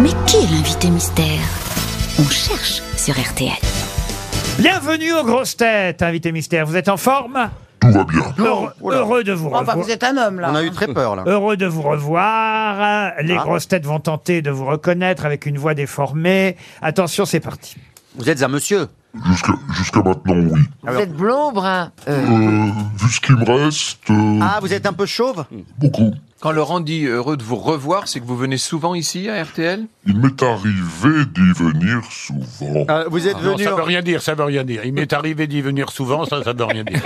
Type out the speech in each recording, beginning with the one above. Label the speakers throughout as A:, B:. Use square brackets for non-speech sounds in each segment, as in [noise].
A: Mais qui est l'invité mystère On cherche sur RTL.
B: Bienvenue aux grosses têtes, invité mystère. Vous êtes en forme
C: Tout va bien.
B: heureux, heureux de vous
D: Oh, bah,
B: revoir.
D: vous êtes un homme, là.
E: On a eu très peur là.
B: Heureux de vous revoir. Les
E: Ah.
B: grosses têtes vont tenter de vous reconnaître avec une voix déformée. Attention, c'est parti.
E: Vous êtes un monsieur.
C: Jusqu'à jusqu'à maintenant, oui.
D: Vous êtes blond, brun.
C: Euh, vu ce qui me reste, euh,
E: Ah, vous êtes un peu chauve Eh
C: beaucoup.
F: Quand Laurent dit
G: euh,
F: heureux de vous revoir, c'est que vous venez souvent ici à RTL
C: Il m'est arrivé d'y venir souvent.
B: Ah,
E: Euh, Vous êtes
H: Non,
E: venu.
H: ça veut rien dire, ça veut rien dire. Il m'est arrivé d'y venir souvent, ça, ça veut rien dire.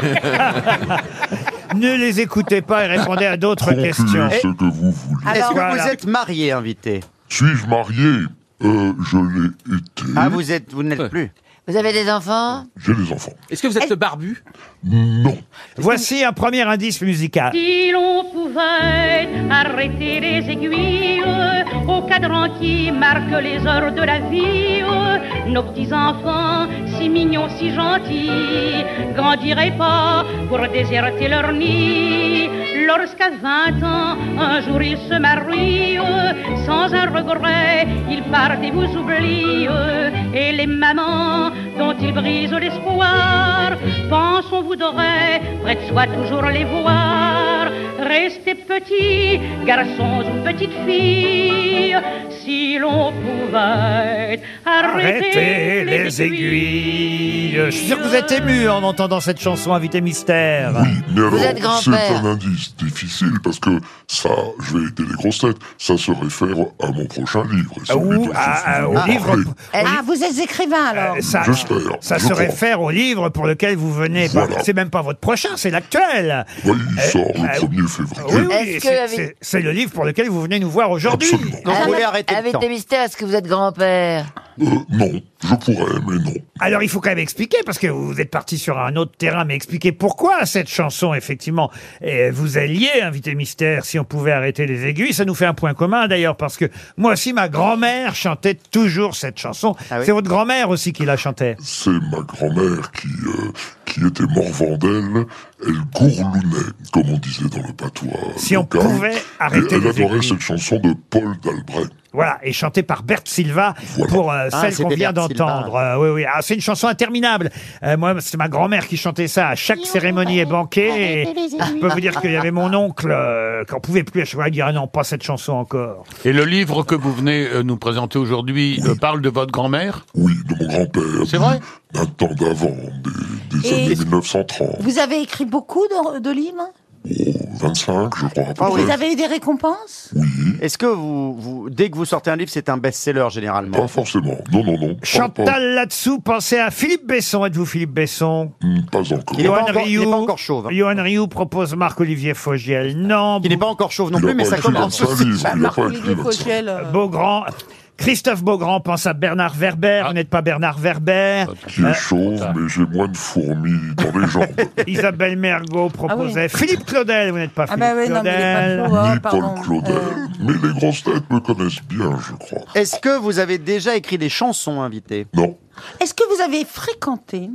B: Ne les écoutez pas et répondez à d'autres
C: Concluez
B: questions.
C: ce que vous voulez.
E: Est-ce que
B: Voilà.
E: vous êtes marié, invité
C: Suis-je marié euh, Je l'ai été.
E: Ah, vous êtes, vous n'êtes plus.
D: Vous avez des enfants
C: J'ai des enfants.
G: Est-ce que vous êtes le barbu
C: Non.
B: Voici un premier indice musical.
I: Si l'on pouvait arrêter les aiguilles au cadran qui marque les heures de la vie, nos petits enfants, si mignons, si gentils, grandiraient pas pour déserter leur nid. Lorsqu'à 20 ans, un jour ils se marient, sans un regret, ils partent et vous oublient. Et les mamans dont ils brisent l'espoir, pensent on voudrait près de soi toujours les voir. Restez petits, garçons ou petites filles, si l'on pouvait
B: Arrêtez
I: arrêter
B: les aiguilles. Je suis sûr que vous êtes ému en entendant cette chanson, invité mystère.
C: Oui, mais
D: êtes
C: alors, c'est
D: grand-père.
C: un indice difficile parce que ça, je vais aider les grosses têtes, ça se réfère à mon prochain livre. et
B: Ah,
C: celui
B: Ou
C: dont je
B: à-
C: suis
B: à- au
C: venu
B: livre.
C: parler.
J: Eh,
D: Ah, vous êtes écrivain, alors
B: Euh, Ça,
C: J'espère,
B: ça
C: je
B: se
C: crois.
B: réfère au livre pour lequel vous venez.
C: Voilà.
B: C'est même pas votre prochain, c'est l'actuel.
C: Oui, il
B: Eh,
C: sort
B: eh,
C: le 1er
B: Oui,
C: février.
B: oui,
D: Est-ce que
B: c'est-
D: avec-
B: c'est c'est le livre pour lequel vous venez nous voir aujourd'hui.
C: Absolument.
D: Ah,
E: Donc vous voulez arrêter le temps.
D: mystères, est-ce que vous êtes grand-père
C: Euh, non, je pourrais, mais non.
B: Alors il faut quand même expliquer, parce que vous êtes parti sur un autre terrain, mais expliquer pourquoi cette chanson, effectivement, eh, vous alliez, invité mystère, si on pouvait arrêter les aiguilles. Ça nous fait un point commun d'ailleurs, parce que moi aussi, ma grand-mère chantait toujours cette chanson.
E: Ah oui
B: C'est votre grand-mère aussi qui la chantait.
C: C'est ma grand-mère qui, euh, qui était morvandelle. Elle gourlounait, comme on disait dans le patois.
B: Si on
C: local.
B: pouvait arrêter
C: Et elle
B: les
C: adorait
B: aiguilles.
C: cette chanson de Paul Dalbret.
B: Voilà, et chantée par Berthe Silva
C: Voilà.
B: pour euh,
E: Ah,
B: celle qu'on
E: c'était
B: vient
E: Berthe Silva.
B: d'entendre. Euh, oui, oui. Ah, c'est une chanson interminable. Euh, moi, c'est ma grand-mère qui chantait ça à chaque cérémonie et banquet. Et je peux vous dire qu'il y avait mon oncle euh, qui en pouvait plus à chaque fois il dire ah non, pas cette chanson encore.
E: Oh,
H: Et le livre que vous venez euh, nous présenter aujourd'hui euh, parle de votre grand-mère
C: Oui, de mon grand-père.
H: C'est vrai
C: du- D'un temps d'avant, des, des
D: Et-
C: années 1930.
D: Vous avez écrit beaucoup de, de livres
C: Oh, 25, je crois, à peu
E: Ah oui. Bah,
C: près.
D: Vous avez eu des récompenses
E: Est-ce que vous, vous- dès que vous sortez un livre, c'est un best-seller généralement
C: Pas forcément. Non, non, non. Pas- Pas,
E: oh.
B: Chantal là-dessous, pensez à Philippe Besson. Êtes-vous Philippe Besson
C: Hmm, pas encore.
E: Il est pas
B: Johan
E: encore- il est
B: Rioux.
E: pas encore chauve. hein.
B: Johan Rioux propose Marc-Olivier Fogiel. Non,
E: Il n'est pas encore chauve non plus, mais ça commence aussi.
C: Il n'a pas écrit là-dessus.
J: euh.
B: Beaugrand. Christophe Beaugrand pense à Bernard
E: Ah.
B: Werber. Vous n'êtes pas Bernard Werber.
C: Qui est chauve, mais j'ai moins de fourmis dans les jambes.
B: [laughs] Isabelle Mergot proposait Philippe Claudel. Vous n'êtes pas Philippe Claudel.
C: Ni Paul Claudel.
D: euh,
C: Mais les grosses têtes me connaissent bien, je crois.
E: Est-ce que vous avez déjà écrit des chansons, invité
C: Non.
J: Est-ce que vous avez fréquenté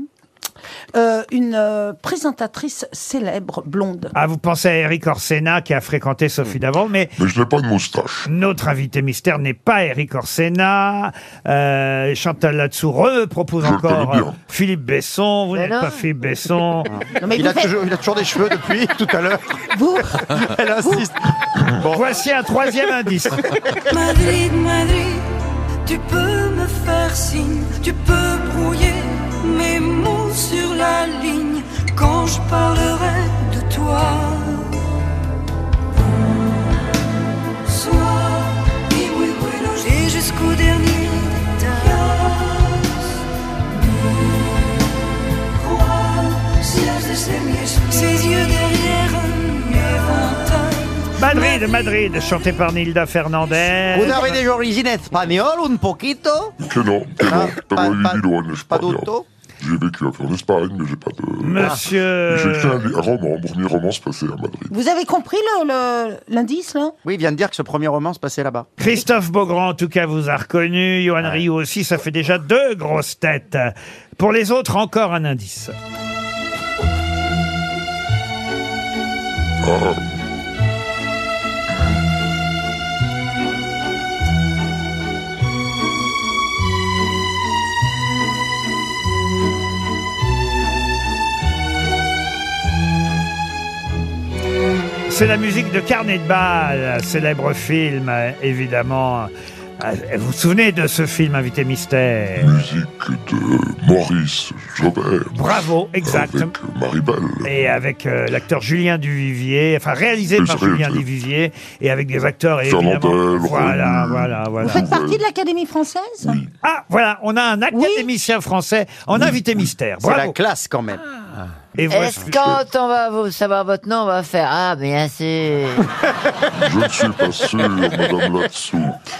J: euh, une euh, présentatrice célèbre blonde
B: Ah, vous pensez à Eric Orsena qui a fréquenté
C: Hmm.
B: Sophie d'avant, mais
C: Mais je n'ai pas de moustache.
B: notre invité mystère n'est pas Eric Orsena. Euh, Chantal Latsou propose
C: Je
B: encore
C: connais bien.
B: euh, Philippe Besson. Vous n'êtes
D: non.
B: pas Philippe
C: [laughs]
B: Besson.
J: Non, mais
E: il
J: vous
E: a,
J: faites-
E: toujours, il a toujours des cheveux depuis [laughs] tout à l'heure.
J: vous,
E: [laughs] Elle insiste.
B: Voici un troisième
C: [laughs]
B: indice.
I: Madrid, Madrid, tu peux me faire signe, tu peux brouiller mes mots sur la ligne quand je parlerai de toi. Sois, y muy bueno, j'ai jusqu'au dernier détail. Crois, cierres ses miens, ses yeux derrière un éventail.
B: Madrid, Madrid, chanté par Nilda Fernandez.
E: Vous avez des origines espagnoles, un poquito
C: Que non, que non.
E: Ah,
C: Pero
E: pas-
C: he
E: pas-
C: vivido en
E: Pas
C: España.
E: d'auto
C: J'ai vécu un peu en Espagne, mais j'ai pas de... J'ai écrit
B: Monsieur.
C: un, un roman, mon premier roman se passait à Madrid.
J: vous avez compris le- le- l'indice, là
E: Oui, il vient de dire que ce premier roman se passait là-bas.
B: Christophe Beaugrand, en tout cas, vous a reconnu. Johan Rioux aussi, ça fait déjà deux grosses têtes. Pour les autres, encore un indice.
C: Ah,
B: C'est la musique de Carnet de Bal, célèbre film, euh, évidemment. Euh, Vous vous souvenez de ce film Invité Mystère
C: Musique de Maurice Jobert.
B: Bravo, exact.
C: Avec euh, Maribel.
B: Et avec euh, l'acteur Julien Duvivier, enfin réalisé par
C: Israël,
B: Julien
C: oui.
B: Duvivier, et avec des acteurs et
C: Fernandel,
B: évidemment.
C: Roux.
B: Voilà, voilà, voilà.
D: Vous
C: Euh,
D: faites partie de l'Académie française
B: Ah, voilà, on a un académicien français en invité mystère.
E: C'est la
B: Bravo.
E: classe quand même.
B: Et voici-
D: Est-ce quand on va vous savoir votre nom, on va faire Ah, bien sûr
C: Je ne suis pas sûr, Madame Latsou.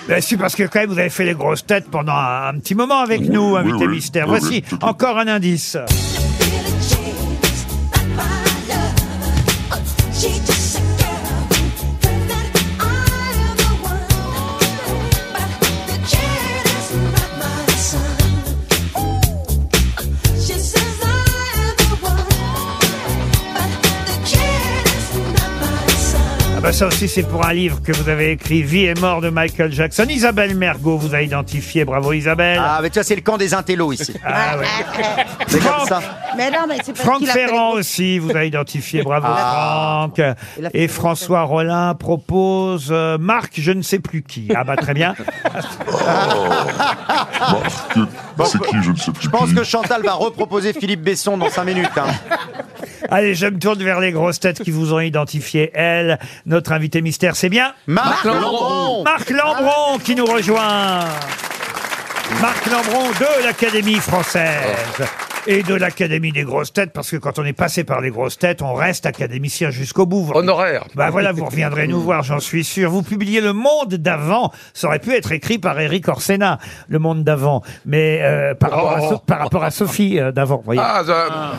B: Ben, si, parce que quand même, vous avez fait les grosses têtes pendant un, un petit moment avec nous,
C: oui,
B: invité
C: oui.
B: mystère.
C: Oui,
B: Voici
C: oui, tout à fait.
B: encore un indice. Ah bah ça aussi, c'est pour un livre que vous avez écrit, Vie et mort de Michael Jackson. Isabelle Mergot vous a identifié. Bravo Isabelle.
E: Ah, mais tu vois, c'est le camp des intellos ici.
B: Ah ouais.
E: C'est comme
B: Franck,
E: ça.
J: Mais non, mais c'est parce
B: Franck
J: qu'il a fait les
B: Ferrand
J: grosses- Ah.
B: aussi vous a identifié. Bravo Franck.
J: Il a fait
B: Et
J: les
B: François Rollin propose euh, Marc, je ne sais plus qui. Ah bah
J: [laughs]
B: très bien.
C: Marc, c'est qui, je ne sais plus.
E: Je pense que Chantal va reproposer Philippe Besson dans 5 minutes. hein.
B: Allez, je me tourne vers les grosses têtes qui vous ont identifié. Elle, notre invité mystère, c'est bien
E: Marc,
H: Lambron.
E: Lambron.
B: Marc Lambron qui nous rejoint. Marc Lambron de l'Académie française. Et de l'Académie des grosses têtes, parce que quand on est passé par les grosses têtes, on reste académicien jusqu'au bout. Vous-
G: Honoraire.
B: Bah voilà, vous reviendrez nous voir, j'en suis sûr. Vous publiez Le Monde d'avant. Ça aurait pu être écrit par Eric Orsena, Le Monde d'avant. Mais euh, par, rapport à, So- par rapport à Sophie euh, d'avant, vous voyez.
G: Ah, ça-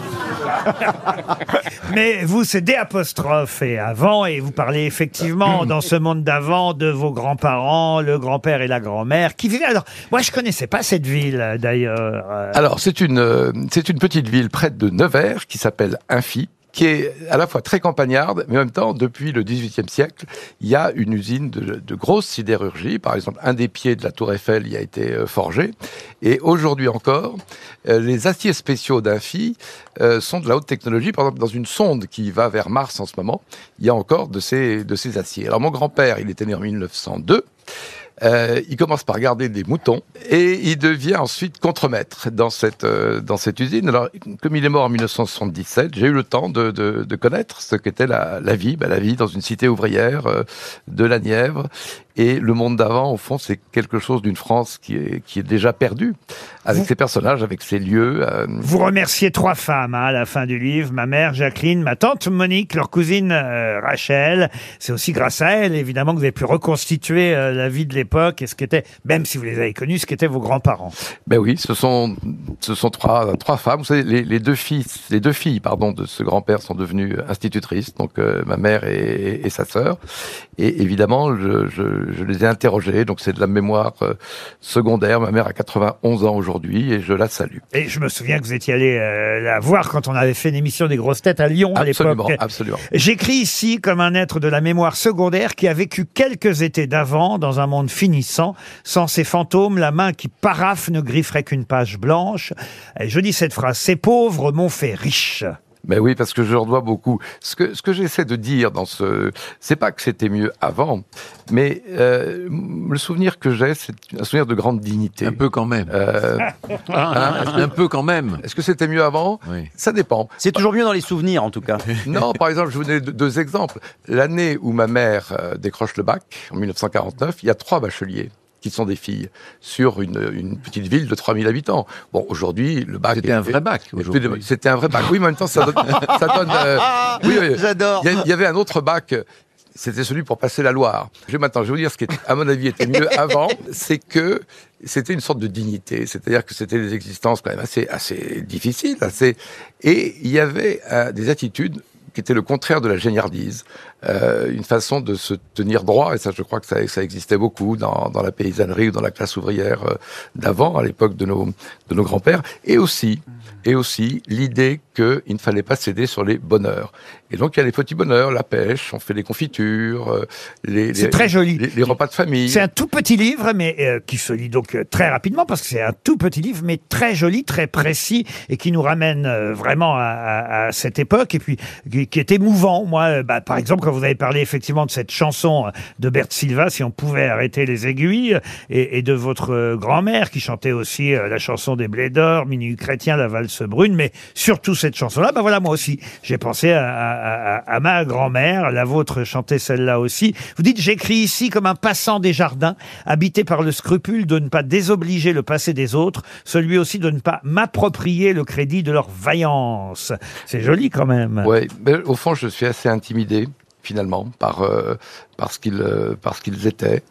B: Mais vous, c'est des apostrophes et avant, et vous parlez effectivement dans ce monde d'avant de vos grands-parents, le grand-père et la grand-mère, qui vivaient. Alors, moi, je connaissais pas cette ville, euh, d'ailleurs. Euh,
G: Alors, c'est une, euh, c'est une petite ville près de Nevers qui s'appelle Infi qui est à la fois très campagnarde, mais en même temps, depuis le XVIIIe siècle, il y a une usine de, de grosse sidérurgie. Par exemple, un des pieds de la Tour Eiffel y a été euh, forgé. Et aujourd'hui encore, euh, les aciers spéciaux d'Infi euh, sont de la haute technologie. Par exemple, dans une sonde qui va vers Mars en ce moment, il y a encore de ces, de ces aciers. Alors, mon grand-père, il était né en 1902. Euh, il commence par garder des moutons et il devient ensuite contremaître dans cette euh, dans cette usine. Alors, comme il est mort en 1977, j'ai eu le temps de, de, de connaître ce qu'était la, la vie, bah, la vie dans une cité ouvrière euh, de la Nièvre et le monde d'avant. Au fond, c'est quelque chose d'une France qui est qui est déjà perdue avec ses personnages, avec ses lieux. euh,
B: Vous remerciez trois femmes hein, à la fin du livre, ma mère Jacqueline, ma tante Monique, leur cousine euh, Rachel. C'est aussi grâce à elles, évidemment, que vous avez pu reconstituer euh, la vie de l'époque et ce qu'était, même si vous les avez connus, ce qu'étaient vos grands-parents.
G: Ben oui, ce sont ce sont trois trois femmes. Vous savez, les, les deux fils, les deux filles, pardon, de ce grand-père sont devenues institutrices, donc euh, ma mère et, et sa sœur. Et évidemment, je, je, je les ai interrogées. Donc c'est de la mémoire euh, secondaire. Ma mère a 91 ans aujourd'hui et je la salue.
B: Et je me souviens que vous étiez allé euh, la voir quand on avait fait une émission des grosses têtes à Lyon à
G: Absolument,
B: l'époque.
G: absolument.
B: J'écris ici comme un être de la mémoire secondaire qui a vécu quelques étés d'avant dans un monde finissant. Sans ces fantômes, la main qui paraffe ne grifferait qu'une page blanche. Et je dis cette phrase, ces pauvres m'ont fait riche.
G: Ben oui, parce que je leur dois beaucoup. Ce que, ce que j'essaie de dire dans ce, c'est pas que c'était mieux avant, mais euh, le souvenir que j'ai, c'est un souvenir de grande dignité.
H: [laughs] Un peu quand même.
G: Euh,
H: Ah, un peu quand même.
G: Est-ce que c'était mieux avant
H: Oui.
G: Ça
H: [laughs]
G: dépend.
E: C'est toujours mieux dans les souvenirs, en tout cas.
G: Non, par exemple, je vous donne deux- deux exemples. L'année où ma mère euh, décroche le bac, en 1949, il y a trois bacheliers qui sont des filles sur une, une petite ville de 3000 habitants. Bon, aujourd'hui, le bac...
H: C'était
G: est-
H: un vrai bac,
G: est- est-
H: aujourd'hui.
G: C'était un vrai bac. Oui, mais en même temps, ça donne... ça donne, euh,
H: [laughs]
G: oui, oui.
E: J'adore.
G: Il y a- il y avait un autre bac... euh, C'était celui pour passer la Loire. Je vais maintenant, je vais vous dire ce qui, est- à mon avis, était mieux avant, c'est que c'était une sorte de dignité. C'est-à-dire que c'était des existences quand même assez, assez difficiles, assez. Et il y avait euh, des attitudes qui étaient le contraire de la géniardise, Euh, une façon de se tenir droit, et ça je crois que ça, ça existait beaucoup dans, dans la paysannerie ou dans la classe ouvrière euh, d'avant, à l'époque de nos, de nos grands-pères, et aussi, et aussi l'idée qu'il ne fallait pas céder sur les bonheurs. Et donc il y a les petits bonheurs, la pêche, on fait des confitures, euh, les,
B: C'est
G: les-
B: très joli.
G: les, les repas de famille.
B: C'est un tout petit livre, mais euh, qui se lit donc euh, très rapidement parce que c'est un tout petit livre, mais très joli, très précis et qui nous ramène euh, vraiment à, à- à cette époque et puis qui, qui est émouvant. Moi, euh, bah, par exemple, quand vous avez parlé effectivement de cette chanson euh, de Bert Silva, si on pouvait arrêter les aiguilles, euh, et, et de votre euh, grand-mère qui chantait aussi euh, la chanson des Blés d'Or, Minuit chrétien, la valse brune, mais surtout cette chanson-là, ben voilà, moi aussi, j'ai pensé à, à- à- à ma grand-mère, la vôtre chantait celle-là aussi. Vous dites, j'écris ici comme un passant des jardins, habité par le scrupule de ne pas désobliger le passé des autres, celui aussi de ne pas m'approprier le crédit de leur vaillance. C'est joli quand même.
G: Ouais, mais au fond, je suis assez intimidé finalement par euh, par ce qu'ils euh, par ce qu'ils étaient.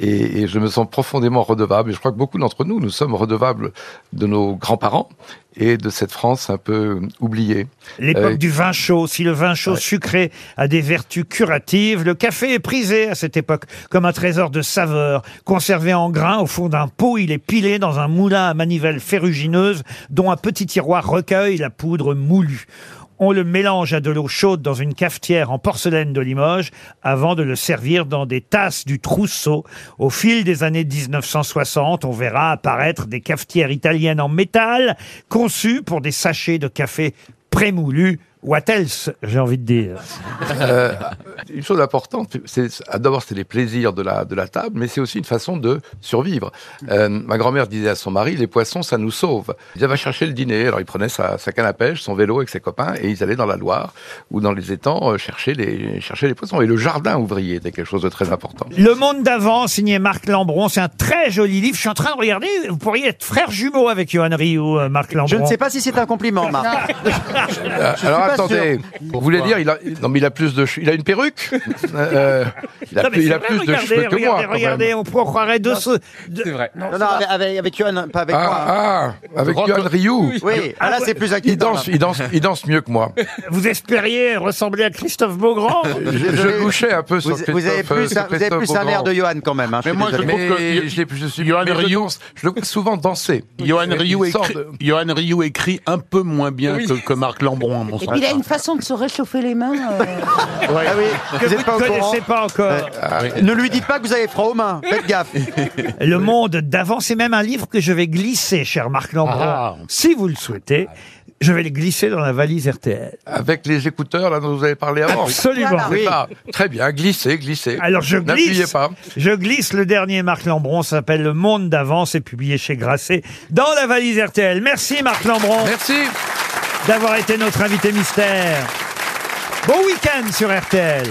G: Et, et je me sens profondément redevable. Et je crois que beaucoup d'entre nous, nous sommes redevables de nos grands-parents et de cette France un peu oubliée.
B: L'époque
G: Euh,
B: du vin chaud. Si le vin chaud sucré a des vertus curatives, le café est prisé à cette époque comme un trésor de saveurs. Conservé en grains au fond d'un pot, il est pilé dans un moulin à manivelle ferrugineuse dont un petit tiroir recueille la poudre moulue. On le mélange à de l'eau chaude dans une cafetière en porcelaine de Limoges avant de le servir dans des tasses du trousseau. Au fil des années 1960, on verra apparaître des cafetières italiennes en métal conçues pour des sachets de café prémoulu. What else, j'ai envie de dire.
G: Euh, une chose importante, c'est ah, d'abord c'est les plaisirs de la de la table, mais c'est aussi une façon de survivre.
B: Mm.
G: Euh, ma grand-mère disait à son mari les poissons ça nous sauve. Il va chercher le dîner, alors il prenait sa, sa canne à pêche, son vélo avec ses copains et ils allaient dans la Loire ou dans les étangs euh, chercher les chercher les poissons. Et le jardin ouvrier était quelque chose de très important.
B: Le monde d'avant, signé Marc Lambron, c'est un très joli livre. Je suis en train de regarder, vous pourriez être frères jumeaux avec Johan Rioux, euh, Marc Lambron.
E: Je ne sais pas si c'est un compliment, Marc.
G: Euh,
E: suis
G: alors
E: pas
G: attendez, vous voulez dire il a non mais il a plus de che- il a une
B: [laughs]
G: perruque. Euh, il a,
B: Non, mais
G: plus- il
B: c'est
G: a
B: vrai,
G: plus de
B: regardez,
G: cheveux que moi.
B: regardez,
G: quand
B: regardez,
G: même.
B: on pourrait- on croirait deux... se- deux-
F: C'est vrai.
E: Non, non, avec, avec, avec Johan, pas avec moi.
G: Ah, ah, avec
H: Je crois
G: Johan
H: que-
G: Rioux.
E: Oui, ah, là c'est plus
G: Il
E: inquiétant.
G: danse, il danse, il danse mieux que moi.
B: Vous espériez ressembler à Christophe
G: [laughs]
B: Beaugrand
G: Je, je louchais un peu sur
E: Vous, vous avez
G: Christophe, euh,
E: plus,
G: sur
E: un, vous avez
G: Christophe
E: plus un air
G: Beaugrand.
E: de Johan quand même. hein,
H: Mais
E: suis
H: moi, je
E: désolé.
H: trouve que-
G: Mais je, l'ai- je suis
H: Johan
G: mais je
H: Rioux-
G: danse- [laughs] je le vois souvent danser.
H: Johan
G: Il
H: Rioux
G: sort
H: écrit,
G: de-
H: Johan Rioux écrit un peu moins bien que, que Marc Lambron, à mon
J: Et
H: sens.
J: puis il a une façon de se réchauffer les mains. euh,
E: Ah oui,
B: que
E: vous
B: vous
E: n'êtes pas
B: ne
E: au courant.
B: connaissez pas encore.
G: Ah,
H: Ah
E: Ne lui dites pas que vous avez froid aux mains. Faites gaffe.
B: Le monde d'avant, c'est même un livre que je vais glisser, cher Marc Lambron.
H: Ah.
B: Si vous le souhaitez, je vais le glisser dans la valise RTL.
G: Avec les écouteurs, là, dont vous avez parlé avant.
B: Absolument.
G: C'est
E: Oui.
G: ça. Très bien, glissez, glissez.
B: Alors je
G: N'appuyez
B: glisse.
G: pas.
B: Je glisse le dernier Marc Lambron, ça s'appelle Le Monde d'avant, c'est publié chez Grasset dans la valise RTL. Merci Marc Lambron
G: Merci.
B: d'avoir été notre invité mystère. Bon week-end sur RTL.